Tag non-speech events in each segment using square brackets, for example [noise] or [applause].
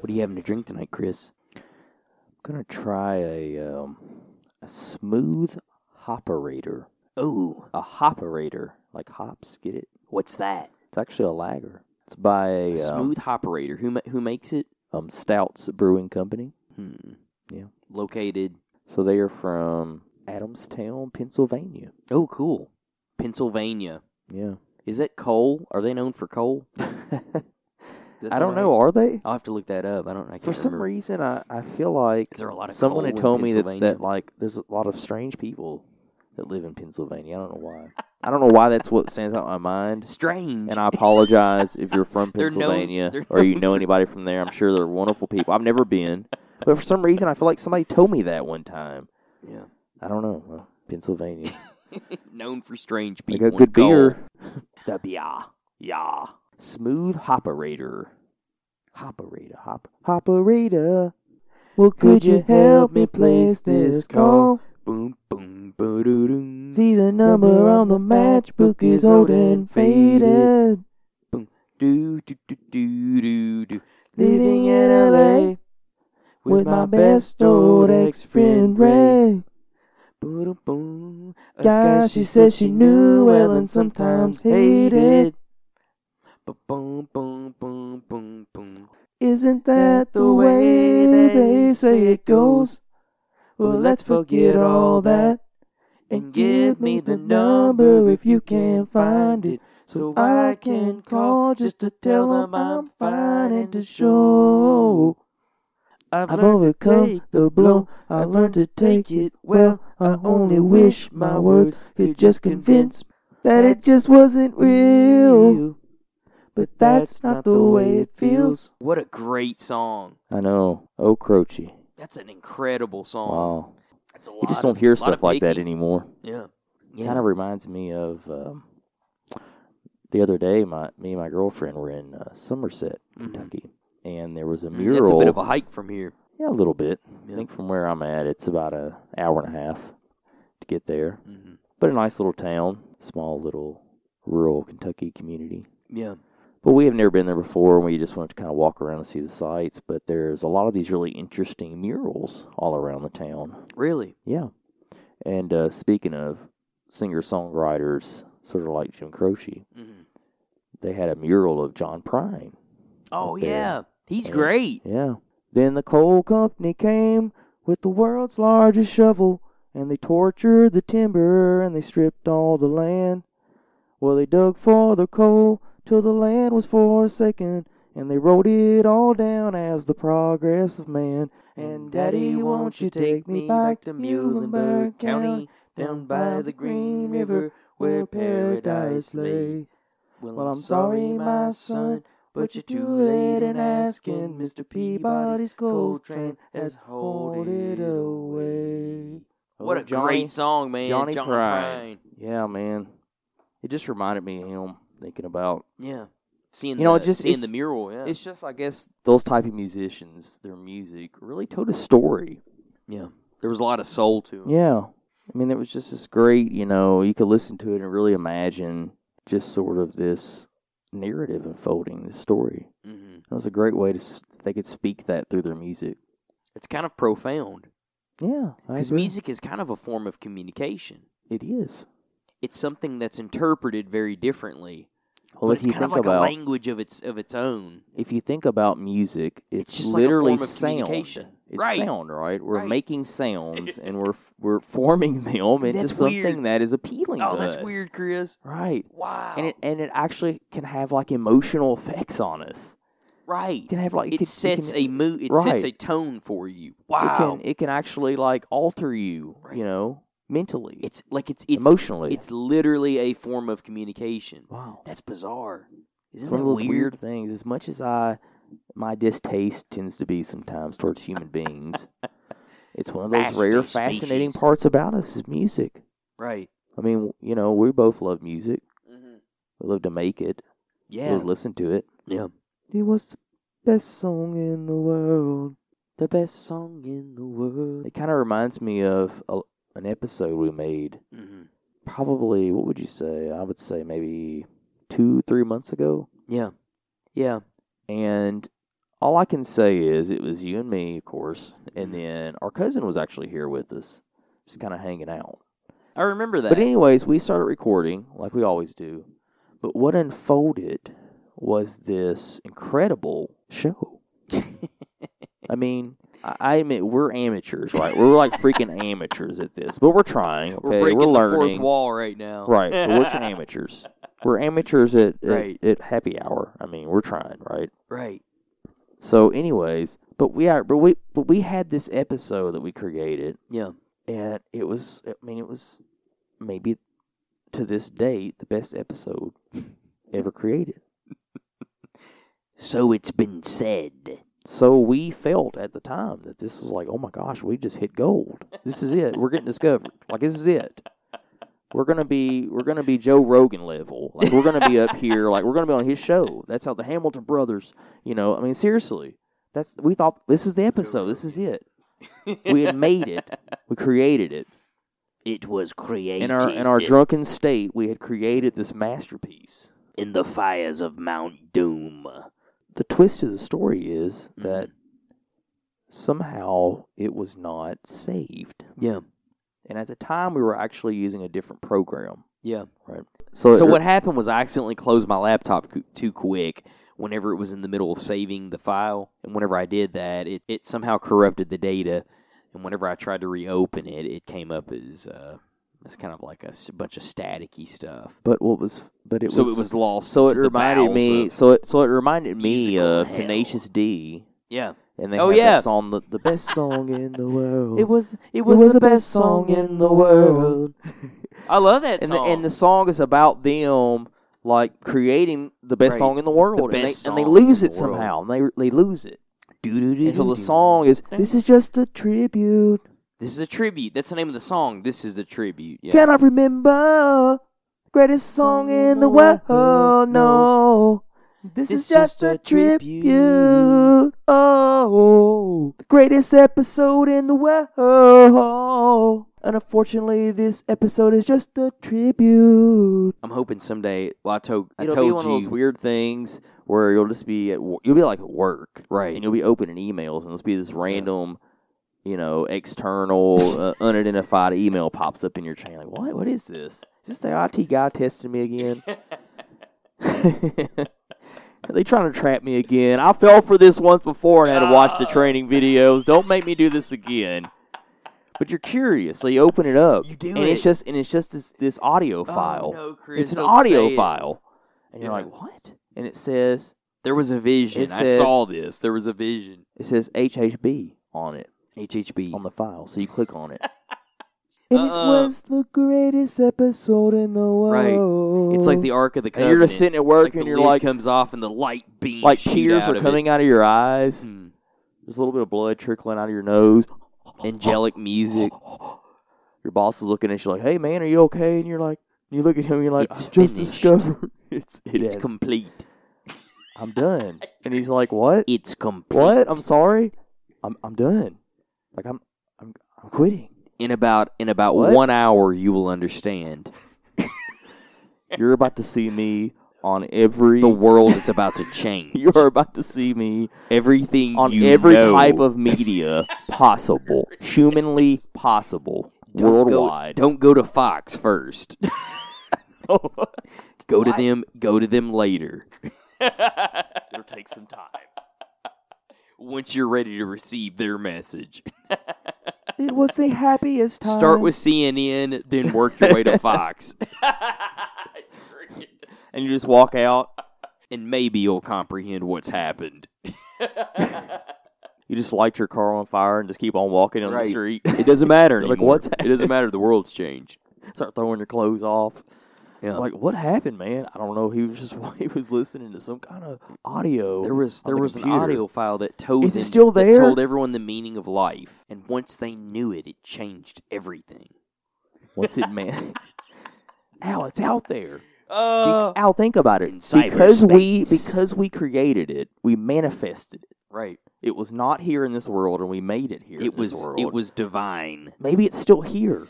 What are you having to drink tonight, Chris? I'm gonna try a um, a smooth hopperator. Oh, A hopperator, like hops. Get it? what's that? It's actually a lager. It's by a, Smooth Hopperator. Who ma- who makes it? Um, um, Stouts Brewing Company. Hmm. Yeah. Located. So they are from Adamstown, Pennsylvania. Oh, cool. Pennsylvania. Yeah. Is that coal? Are they known for [laughs] coal? Does that I sound don't right? know. Are they? I'll have to look that up. I don't. I can't For some remember. reason, I, I feel like Is there a lot of someone coal had in told me that, Pennsylvania? that like there's a lot of strange people that live in Pennsylvania. I don't know why. I don't know why that's what stands out in my mind. strange. And I apologize if you're [laughs] from They're known- Pennsylvania they're or you known know for- anybody from there. I'm sure they're wonderful people. I've never been, but for some reason, I feel like somebody told me that one time. yeah. [laughs] I don't know. Well, Pennsylvania. [laughs] known for strange They people. got good and coal. beer. The beer. Yeah. Smooth hopperator. Hopperator. Hop. Hopperator. Well, could you help me place this call? Boom, boom, boo-doo-doo. See the number on the matchbook is old and faded. Do, do, do, do, do, do. Living in LA with my best old ex friend Ray. Boom, boom. A Guy she said she knew well and sometimes hated. Boom, boom, boom, boom, boom. Isn't that the way they say it goes? Well, let's forget all that and give me the number if you can't find it. So I can call just to tell them I'm fine and to show I've overcome the blow. I learned to take it well. I only wish my words could just convince that it just wasn't real. But that's not the way it feels. What a great song. I know. Oh, Croce. That's an incredible song. Wow. That's a lot You just of- don't hear lot stuff of like that Biggie. anymore. Yeah. Kind of reminds me of um, the other day. My me and my girlfriend were in uh, Somerset, Mhm. Kentucky, and there was a Mm, mural. That's a bit of a hike from here. yeah, a little bit. Yeah. I think from where I'm at, it's about an hour and a half to get there. Mhm. But a nice little town, small little rural Kentucky community. Yeah. But we have never been there before, and we just wanted to kind of walk around and see the sights. But there's a lot of these really interesting murals all around the town. Really? Yeah. And uh, speaking of singer songwriters, sort of like Jim Croce, Mhm. they had a mural of John Prine. Oh, Up there. yeah. He's Yeah. great. Yeah. Then the coal company came with the world's largest shovel, and they tortured the timber and they stripped all the land. Well, they dug for the coal till the land was forsaken, and they wrote it all down as the progress of man. And Daddy, won't you take me back to Muhlenberg County, down by the Green River, where paradise lay? Well, I'm sorry, my son, but you're too late in asking. Mr. Peabody's coal train has hauled it away. What Oh, a great song, man. Johnny John Prine. Prine. Yeah, man. It just reminded me of him thinking about. Yeah. Seeing You know, the, it just- seeing it's- the mural, yeah. It's just, I guess, those type of musicians, their music really told a story. yeah. There was a lot of soul to it. Yeah. I mean, it was just this great, you know, you could listen to it and really imagine just sort of this narrative unfolding, this story. hmm That was a great way to, s- they could speak that through their music. It's kind of profound Yeah. I because agree. music is kind of a form of communication. It is. It's something that's interpreted very differently, but Well, if it's you kind of like think a about language of its of its own. if you think about music, it's, It's just like a literally form of sound. communication. It's Right. sound, right? We're Right. [laughs] making sounds and we're we're forming them into That's something weird. that is appealing Oh, to that's us. weird, Oh. Chris. Right. Wow. And it and it actually can have like emotional effects on us. right. It can have like It can- sets can, a mood. It sets a right. tone for you. It Wow. can it can actually like alter you, Right. you know, mentally, it's like it's it's emotionally. it's literally a form of communication. wow. That's bizarre. It's Isn't one that of those weird? weird? things. As much as I, my distaste tends to be sometimes towards human [laughs] beings. It's one of those Fascinating rare, fascinating species. parts about us is music. Right. I mean, you know, we both love music. Mm-hmm. We love to make it. We Yeah. love to listen to it. Yeah. It was the best song in the world. The best song in the world. It kind of reminds me of a, an episode we made. hmm Probably, what would you say? I would say maybe two, three months ago. Yeah. Yeah. and all I can say is it was you and me, of course, Mm-hmm. and then our cousin was actually here with us, just kind of hanging out. I remember that. But anyways, we started recording like we always do. But what unfolded was this incredible [laughs] show. I mean, I, I admit we're amateurs, right? We're like [laughs] freaking amateurs at this, but we're trying. we're Okay, breaking the learning. fourth wall right now. Right. But we're just amateurs. We're amateurs at, at, Right. at happy hour. I mean, we're trying, right? Right. So, anyways, but we are, but we, but we had this episode that we created, Yeah. and it was, I mean, it was maybe to this date the best episode ever created. So it's been [laughs] said. So we felt at the time that this was like, oh my gosh, we just hit gold. This is it. We're getting discovered. Like this is it. We're gonna be we're gonna be Joe Rogan level. Like we're gonna be up here. Like we're gonna be on his show. That's how the Hamilton brothers. You know, I mean, seriously. That's we thought this is the episode. This is it. We had made it. We created it it was created in our in our drunken state. We had created this masterpiece. in the fires of Mount Doom. the twist of the story is Mhm. that Mm-hmm. somehow it was not saved. Yeah. And at the time, we were actually using a different program. Yeah. Right. So, So it- what happened was I accidentally closed my laptop co- too quick whenever it was in the middle of saving the file, and whenever I did that, it, it somehow corrupted the data, and whenever I tried to reopen it, it came up as uh, as kind of like a s- bunch of staticky stuff. But what was? But it so was. it was lost. So to it the reminded bowels me. of- so it so it reminded me musical of hell. Tenacious D. yeah, And they Oh, have yeah. that song, the, the best song in the world. it was. It It was, the best song in the world. I love that And the, song. and the song is about them like creating the best Right. song in the world, and, best they, and they song lose in it the world. somehow, and they they lose it. the, And so the song is this is just a tribute. This is a tribute. That's the name of the song. This is the tribute. Yeah. Can I remember greatest song in the world? No. This is just a tribute. Oh, the greatest episode in the world. And unfortunately, this episode is just a tribute. I'm hoping someday. Well, I told. I It'll told be one you. of those weird things where you'll just be at wo- you'll be like at work right. and you'll be opening emails and there'll be this random, you know, [laughs] external uh, unidentified email pops up in your chain like what what is this? Is this the IT guy testing me [laughs] again? [laughs] Are they trying to trap me again? I fell for this once before and had to watch Ah. the training videos. Don't make me do this again. But you're curious, so you open it up, You do and it's it. just and it's just this this audio Oh, file. no, Chris, it's an don't audio say it. file, and you're Yeah. like, what? And it says There was a vision. It I says- saw this. There was a vision. it says HHB on it HHB. on the file, so you click on it. [laughs] And it Uh-uh. was the greatest episode in the Right. world. it's like the Ark of the and Covenant. you're just sitting at work, like the and you're lid like, comes off and the light beams. like shoot tears out are of coming out of your eyes. It. Hmm. There's a little bit of blood trickling out of your nose. Angelic [gasps] [laughs] music. Your boss is looking at you like, "Hey man, are you okay?" And you're like, you look at him, and you're like, It's "I just finished. discovered [laughs] it's it It's has- complete. I'm [laughs] done." And he's like, "What? It's complete. What? I'm sorry. I'm I'm done. Like I'm I'm [laughs] I'm quitting. In about in about What? one hour, you will understand. You're about to see me on every The world is about [laughs] to change. you are about to see me Everything on you every know. type of [laughs] media possible, humanly possible, Don't go- worldwide. [laughs] Don't go to Fox first. Go to them. Go to them later. [laughs] It'll take some time. Once you're ready to receive their message, It was the happiest time. start with CNN, then work your [laughs] way to Fox, And you just walk out. and maybe you'll comprehend what's [laughs] happened. You just light your car on fire and just keep on walking on Right. the street. [laughs] It doesn't matter You're anymore. like, what's it doesn't matter. The world's changed. Start throwing your clothes off. Yeah. Like, what happened, man? I don't know. He was just [laughs] he was listening to some kind of audio. There was on there the was an computer. audio file that told Is it them- still That there? told everyone the meaning of life, and once they knew it, it changed everything. What's it, [laughs] man? Uh, Ow, it's out there. Be- Oh, Ow, think about In it. Because we cyberspace. because we created it, we manifested it. right. It was not here in this world, and we made it here. It in was this world. it was divine. Maybe it's still [laughs] here.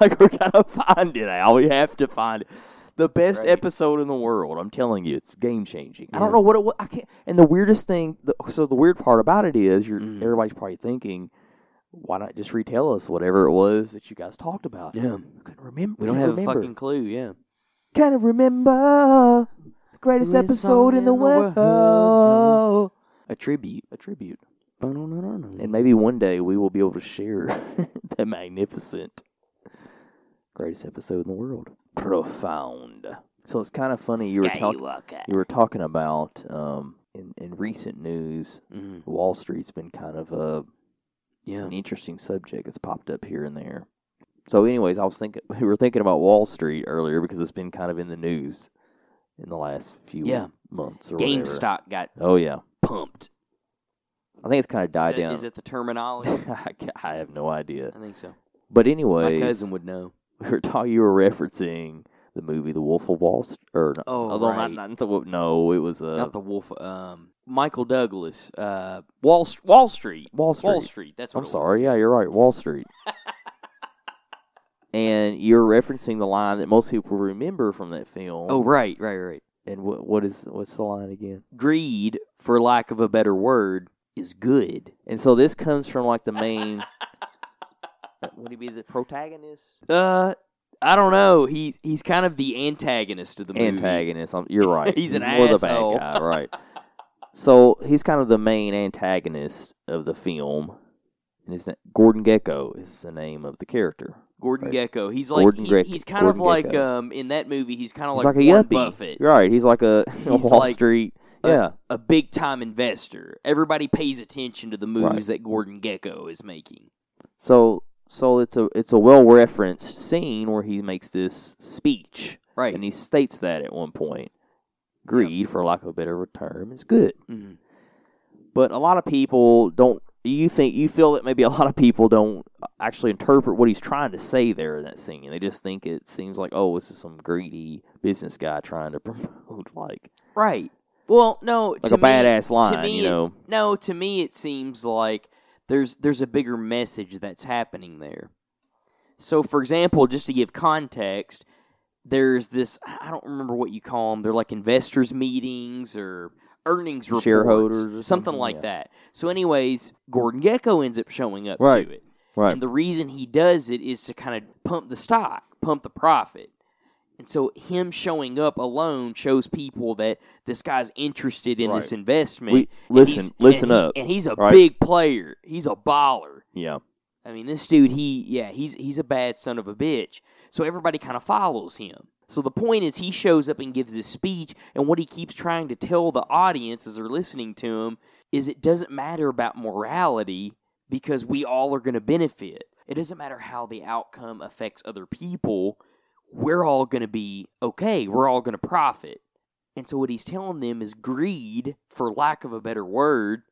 like we gotta find it. Al. We have to find it. the best Right. episode in the world. I'm telling you, it's game changing. I Yeah. don't know what it was. I can't. And the weirdest thing, the, so the weird part about it is, you're Mhm. everybody's probably thinking, why not just retell us whatever it was that you guys talked about? Yeah. I couldn't remember. We don't can't have remember. a fucking clue. Yeah. Kind of remember the greatest Greatest episode song in the, in the Mm-hmm. world. world. A tribute. A tribute, and And maybe one day we will be able to share [laughs] that magnificent greatest episode in the world. Profound. So it's kind of funny you were talking. You were talking about um, in in recent news, Mhm. Wall Street's been kind of a Yeah. an interesting subject that's popped up here and there. So, anyways, I was thinking [laughs] we were thinking about Wall Street earlier because it's been kind of in the news in the last few Yeah. months or whatever. GameStop got Oh yeah, pumped. I think it's kind of Is died that- down. is that the terminology? [laughs] I, ca- I have no idea. I think so. But anyways, My cousin would know. we [laughs] were talking. You were referencing the movie The Wolf of Wall Street, or no, Oh, although right. not, not the Wolf- no, it was uh, Not the Wolf. Um, Michael Douglas. Uh, Wall Wall Street. Wall Street. Wall Street. That's what it I'm was. sorry. Yeah, you're right. Wall [laughs] Street. and you're referencing the line that most people remember from that film. Oh right, right, right. and what what is what's the line again? Greed, for lack of a better word, is good. And so this comes from like the [laughs] main. would he be the protagonist? Uh, I don't know. He's he's kind of the antagonist of the movie. Antagonist. I'm, you're [laughs] right. He's an more the asshole. bad guy, right? [laughs] so he's kind of the main antagonist of the film. And his name, Gordon Gecko is the name of the character. Gordon Right. Gecko. He's like Gordon he's, Gecko- he's kind Gordon of like Gecko. um in that movie. He's kind of He's like, like a Warren yuppie. Buffett, You're right. He's like a [laughs] He's Wall like Street. a- yeah. a big time investor. Everybody pays attention to the moves that Gordon Gecko is making. So so it's a it's a well referenced scene where he makes this speech Right. and he states that at one point. Greed, for lack of a better term, is good. Mhm. But a lot of people don't you think you feel that maybe a lot of people don't actually interpret what he's trying to say there in that scene. They just think it seems like, oh, this is some greedy business guy trying to [laughs] promote like Right. Well, no, like to a me, badass line, me you it- know. No, to me it seems like there's there's a bigger message that's happening there. So, for example, just to give context, there's this I don't remember what you call them. They're like investors meetings or earnings reports, Shareholders or something, something, like yeah. that. So, anyways, Gordon Gecko ends up showing up Right. to it. Right. And the reason he does it is to kind of pump the stock, pump the profit. And so him showing up alone shows people that this guy's interested in this Right. investment. We, and listen, he's- listen and he- up. and he's a right? big player. He's a baller. yeah. I mean, this dude, he yeah, he's he's a bad son of a bitch. So everybody kind of follows him. So the point is, he shows up and gives his speech, and what he keeps trying to tell the audience as they're listening to him is it doesn't matter about morality because we all are going to benefit. It doesn't matter how the outcome affects other people. We're all going to be okay. We're all going to profit. And so what he's telling them is greed, for lack of a better word,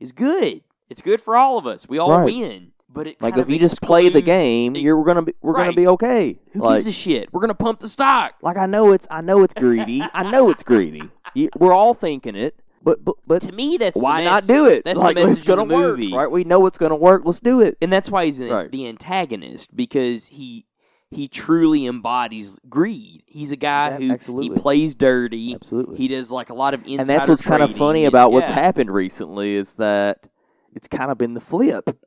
is good. It's good for all of us. We all Right. win. But it Like kind if of you just play the excludes- game, it- you're gonna be we're Right. gonna be okay. who like, gives a shit? We're gonna pump the stock. like I know it's I know [laughs] it's greedy. I know it's greedy. You- We're all thinking it, but but, but To me, that's the why not message. do it? That's like [laughs] the message it's gonna of the movie, work, right? We know it's gonna work. Let's do it. and that's why he's the, Right. the antagonist because he he truly embodies greed. He's a guy Yeah, who absolutely. he plays dirty. Absolutely. He does like a lot of insider and that's what's kind of trading funny and- about what's yeah. happened recently is that it's kind of been the flip. [laughs]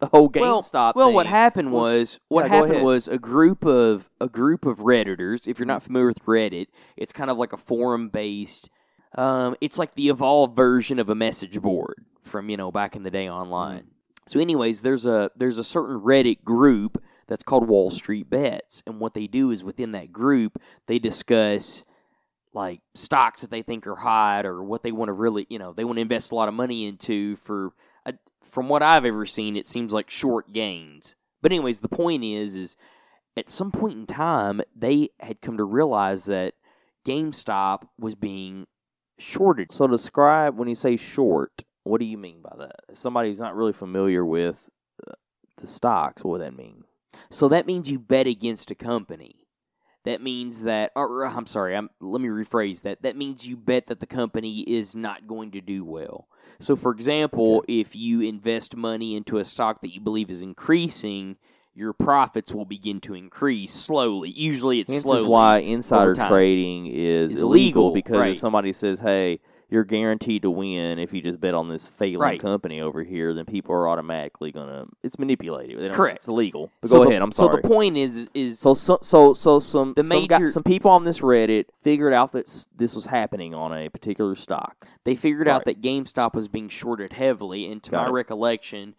the whole Well- GameStop. Well, thing. what happened Well, s- was what yeah, go happened ahead. Mm-hmm. was a group of a group of redditors. If you're not familiar with Reddit, it's kind of like a forum based. Um, it's like the evolved version of a message board from you know back in the day online. Mm-hmm. So, anyways, there's a there's a certain Reddit group that's called Wall Street Bets, and what they do is within that group they discuss like stocks that they think are hot or what they want to really you know they want to invest a lot of money into for a, from what i've ever seen it seems like short gains but anyways the point is is at some point in time they had come to realize that gamestop was being shorted So describe when you say short. What do you mean by that? Somebody who's not really familiar with uh, the stocks. What would that mean? so that means you bet against a company that means that or, i'm sorry I'm, let me rephrase that that means you bet that the company is not going to do well So, for example, if you invest money into a stock that you believe is increasing, your profits will begin to increase slowly. Usually, it's Hence slowly. is why insider time. trading is, Is illegal, illegal, because right. if somebody says, "Hey, you're guaranteed to win if you just bet on this failing Right. company over here," then people are automatically gonna. It's manipulated. They don't, Correct. It's illegal. But So go the- ahead. I'm sorry. So the point is, is So so so, so some The some, guy- major- some people on this Reddit figured out that s- this was happening on a particular stock. they figured out Right. that GameStop was being shorted heavily, and to Got my it. recollection,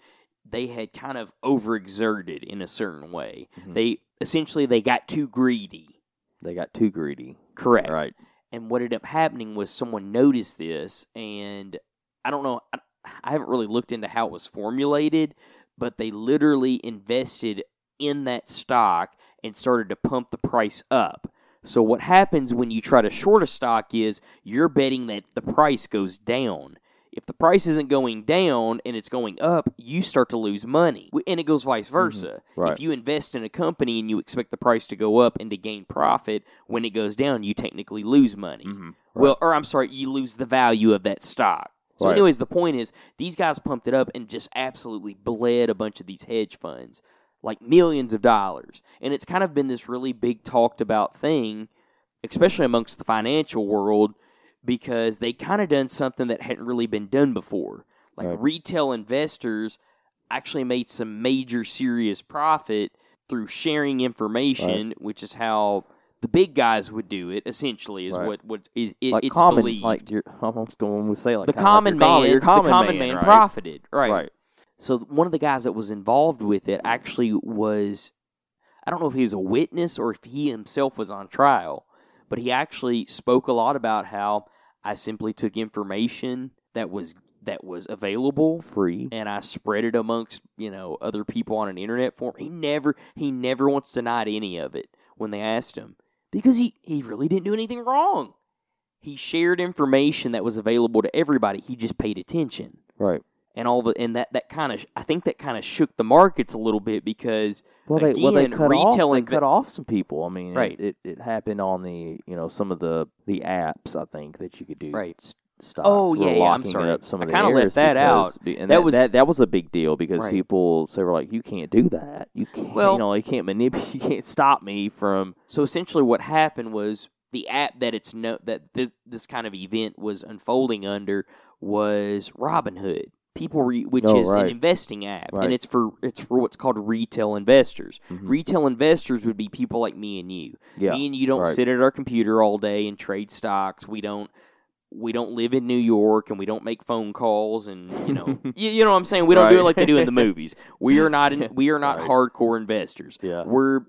they had kind of overexerted in a certain way. Mhm. They essentially they got too greedy. They got too greedy. Correct. Right. And what ended up happening was someone noticed this, and I don't know, I, I haven't really looked into how it was formulated, but they literally invested in that stock and started to pump the price up. So what happens when you try to short a stock is you're betting that the price goes down. If the price isn't going down and it's going up, you start to lose money. And it goes vice versa. Right. If you invest in a company and you expect the price to go up and to gain profit, when it goes down, you technically lose money. Mhm. Well, or I'm sorry, you lose the value of that stock. So, Right. anyways, the point is these guys pumped it up and just absolutely bled a bunch of these hedge funds, like millions of dollars. And it's kind of been this really big talked about thing, especially amongst the financial world, because they kind of done something that hadn't really been done before. Like Right. retail investors actually made some major serious profit through sharing information, which is how the big guys would do it. Essentially, is Right. what what is it, like it's common, believed. like you're, [laughs] I'm just going to say like the kinda like common your man, your common the common man, right? profited, right? Right. So one of the guys that was involved with it actually was, I don't know if he was a witness or if he himself was on trial, but he actually spoke a lot about how I simply took information that was that was available free. and I spread it amongst you know other people on an internet forum. He never he never once denied any of it when they asked him because he he really didn't do anything wrong. He shared information that was available to everybody. He just paid attention Right. and all the and that that kind of I think that kind of shook the markets a little bit because Well, they well they Again, cut off retail they inv- cut off some people. I mean, it- Right. It, it happened on the you know some of the the apps I think that you could do Right. s- Stocks Oh, were yeah, yeah, I'm locking sorry. Up some I of the kinda let errors that because- be- and That that, was- was that, that was a big deal because Right. people they were like, you can't do that. You can't. Well- you know, you can't manipulate. [laughs] You can't stop me from. So essentially, what happened was the app that it's no that this this kind of event was unfolding under was Robinhood. People, re, which Oh, is an right. investing app, Right. and it's for it's for what's called retail investors. Mhm. Retail investors would be people like me and you. Yeah. Me and you don't right. sit at our computer all day and trade stocks. We don't we don't live in New York and we don't make phone calls and you know [laughs] you, you know what I'm saying. We don't do it Right. like they do in the movies. We are not [laughs] in, we are not Right. hardcore investors Yeah. we're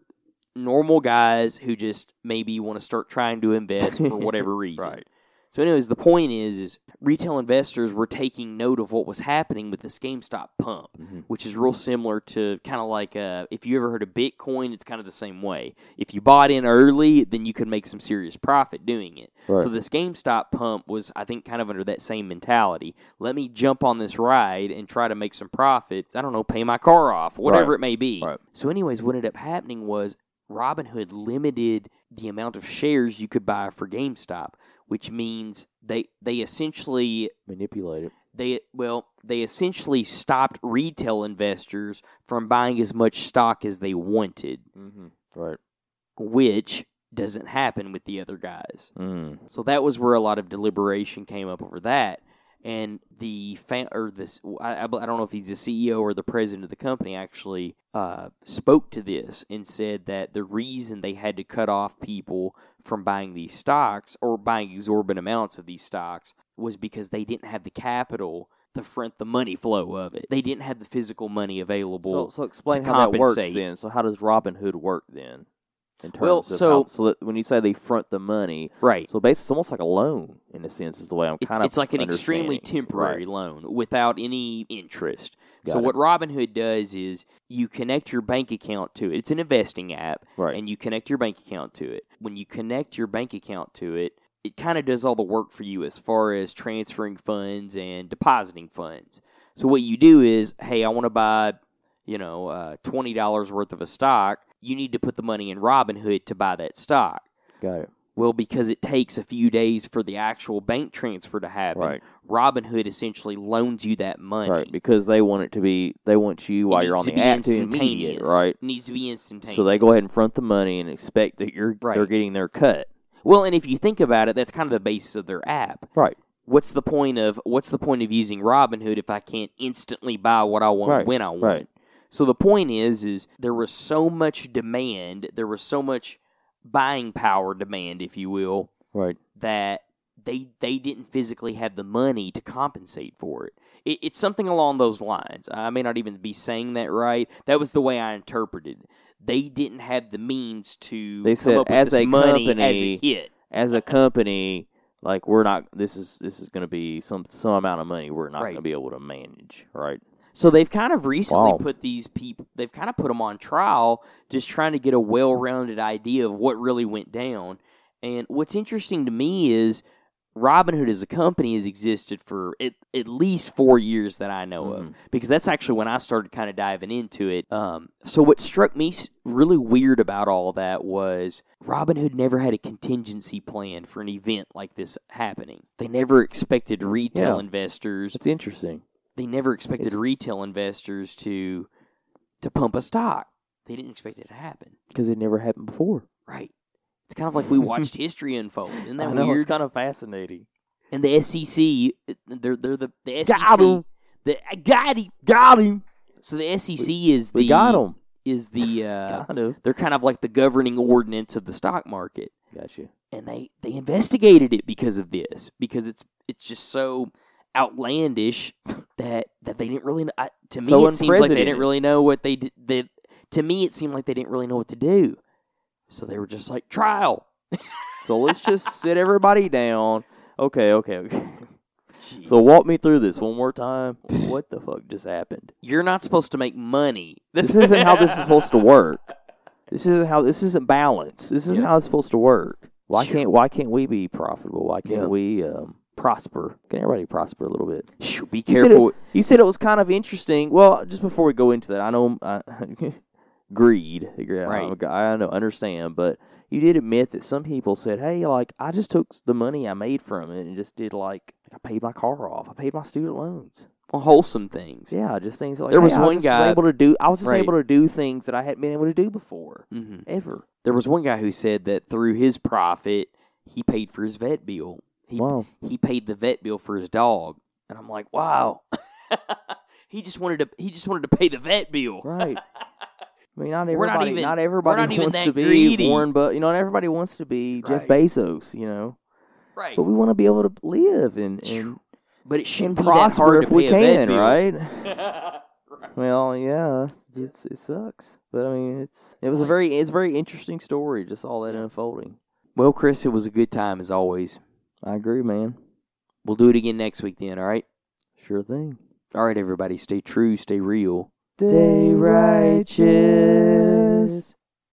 normal guys who just maybe want to start trying to invest [laughs] for whatever reason. Right. So, anyways, the point is, is retail investors were taking note of what was happening with this GameStop pump, Mhm. which is real similar to kind of like uh, if you ever heard of Bitcoin, it's kind of the same way. If you bought in early, then you could make some serious profit doing it. Right. So this GameStop pump was, I think, kind of under that same mentality. Let me jump on this ride and try to make some profit. I don't know, pay my car off, whatever Right. it may be. Right. So, anyways, what ended up happening was Robinhood limited the amount of shares you could buy for GameStop, which means they they essentially Manipulate it. they well they essentially stopped retail investors from buying as much stock as they wanted, Mm-hmm. Right. which doesn't happen with the other guys. Mm. So that was where a lot of deliberation came up over that. And the fan or this, I, I bel- I don't know if he's the CEO or the president of the company actually uh, spoke to this and said that the reason they had to cut off people from buying these stocks or buying exorbitant amounts of these stocks was because they didn't have the capital to front the money flow of it. They didn't have the physical money available. So, so explain how that works compensate. then. So how does Robin Hood work then? In terms Well, of so- how, so that when you say they front the money, right. so basically it's almost like a loan in a sense is the way I'm It's, kind of it's like an extremely understanding. temporary loan without any interest. Got so it. what Robinhood does is you connect your bank account to it. It's an investing app, Right. and you connect your bank account to it. When you connect your bank account to it, it kind of does all the work for you as far as transferring funds and depositing funds. So what you do is, hey, I want to buy, you know, uh, twenty dollars worth of a stock. You need to put the money in Robinhood to buy that stock. Got it. Well, because it takes a few days for the actual bank transfer to happen. Right. Robinhood essentially loans you that money. Right. Because they want it to be, they want you while It you're on needs to the be app to instantaneous. immediate, right? It needs to be instantaneous. So they go ahead and front the money and expect that you're they're Right. getting their cut. Well, and if you think about it, that's kind of the basis of their app. Right. What's the point of What's the point of using Robinhood if I can't instantly buy what I want Right, when I want? right. So the point is, is there was so much demand, there was so much buying power demand, if you will, Right. that they they didn't physically have the money to compensate for it. it it's something along those lines. I may not even be saying that right. That was the way I interpreted. it. They didn't have the means to They come said, up with as this a money as company- a hit. As a company, like we're not this is this is going to be some some amount of money we're not Right. going to be able to manage, right? So they've kind of recently Wow. put these people, they've kind of put them on trial, just trying to get a well rounded idea of what really went down. And what's interesting to me is Robinhood as a company has existed for at, at least four years that I know of, Mhm. because that's actually when I started kind of diving into it. Um, so what struck me s- really weird about all that was Robinhood never had a contingency plan for an event like this happening. They never expected retail Yeah. investors It's interesting. they never expected It's- retail investors to to pump a stock. They didn't expect it to happen. because it never happened before. Right. It's kind of [laughs] like we watched history unfold. Isn't that I know weird? it's kind of fascinating. and the SEC, they're they're the the SEC. Got 'em. The, I got him. Got him. So the SEC is the We got him. is [laughs] the uh, kind of. they're kind of like the governing ordinance of the stock market. Gotcha. and they they investigated it because of this because it's it's just so outlandish that that they didn't really kn- I, to me So it seems like they unprecedented. didn't really know what they did they, to me it seemed like they didn't really know what to do so they were just like trial So let's just sit everybody down. Okay, okay, okay. So walk me through this one more time. What the fuck just happened? you're not supposed to make money This isn't how this is supposed to work. This isn't how this isn't balance. This isn't Yeah. how it's supposed to work. Why Sure. can't why can't we be profitable? Why can't Yeah. we um, prosper? Can everybody prosper a little bit? [laughs] Shh, be You said it- careful You said it was kind of interesting. Well, just before we go into that, I know uh, [laughs] greed. Yeah, I'm a guy- I know, understand, but you did admit that some people said, "Hey, like I just took the money I made from it and just did like I paid my car off, I paid my student loans, on wholesome things yeah, just things like There was hey, I one just guy- able to do. I was just Right. able to do things that I hadn't been able to do before hmm ever. there was one guy who said that through his profit he paid for his vet bill he wow, he paid the vet bill for his dog and i'm like wow [laughs] he just wanted to he just wanted to pay the vet bill [laughs] right? I mean, not We're not everybody, even- not everybody not even wants that to be greedy. Warren, but you know, not everybody wants to be Jeff Right. Bezos, you know. right But we want to be able to live and, and Phew. but it and shouldn't be that prosper hard to if we pay a vet can, bill. right? [laughs] Right. Well, yeah, it's it sucks, but I mean, it's it was a like- very it's a very interesting story, just all that unfolding. well chris it was a good time as always I agree, man. we'll do it again next week then all right Sure thing. all right everybody stay true stay real Stay righteous.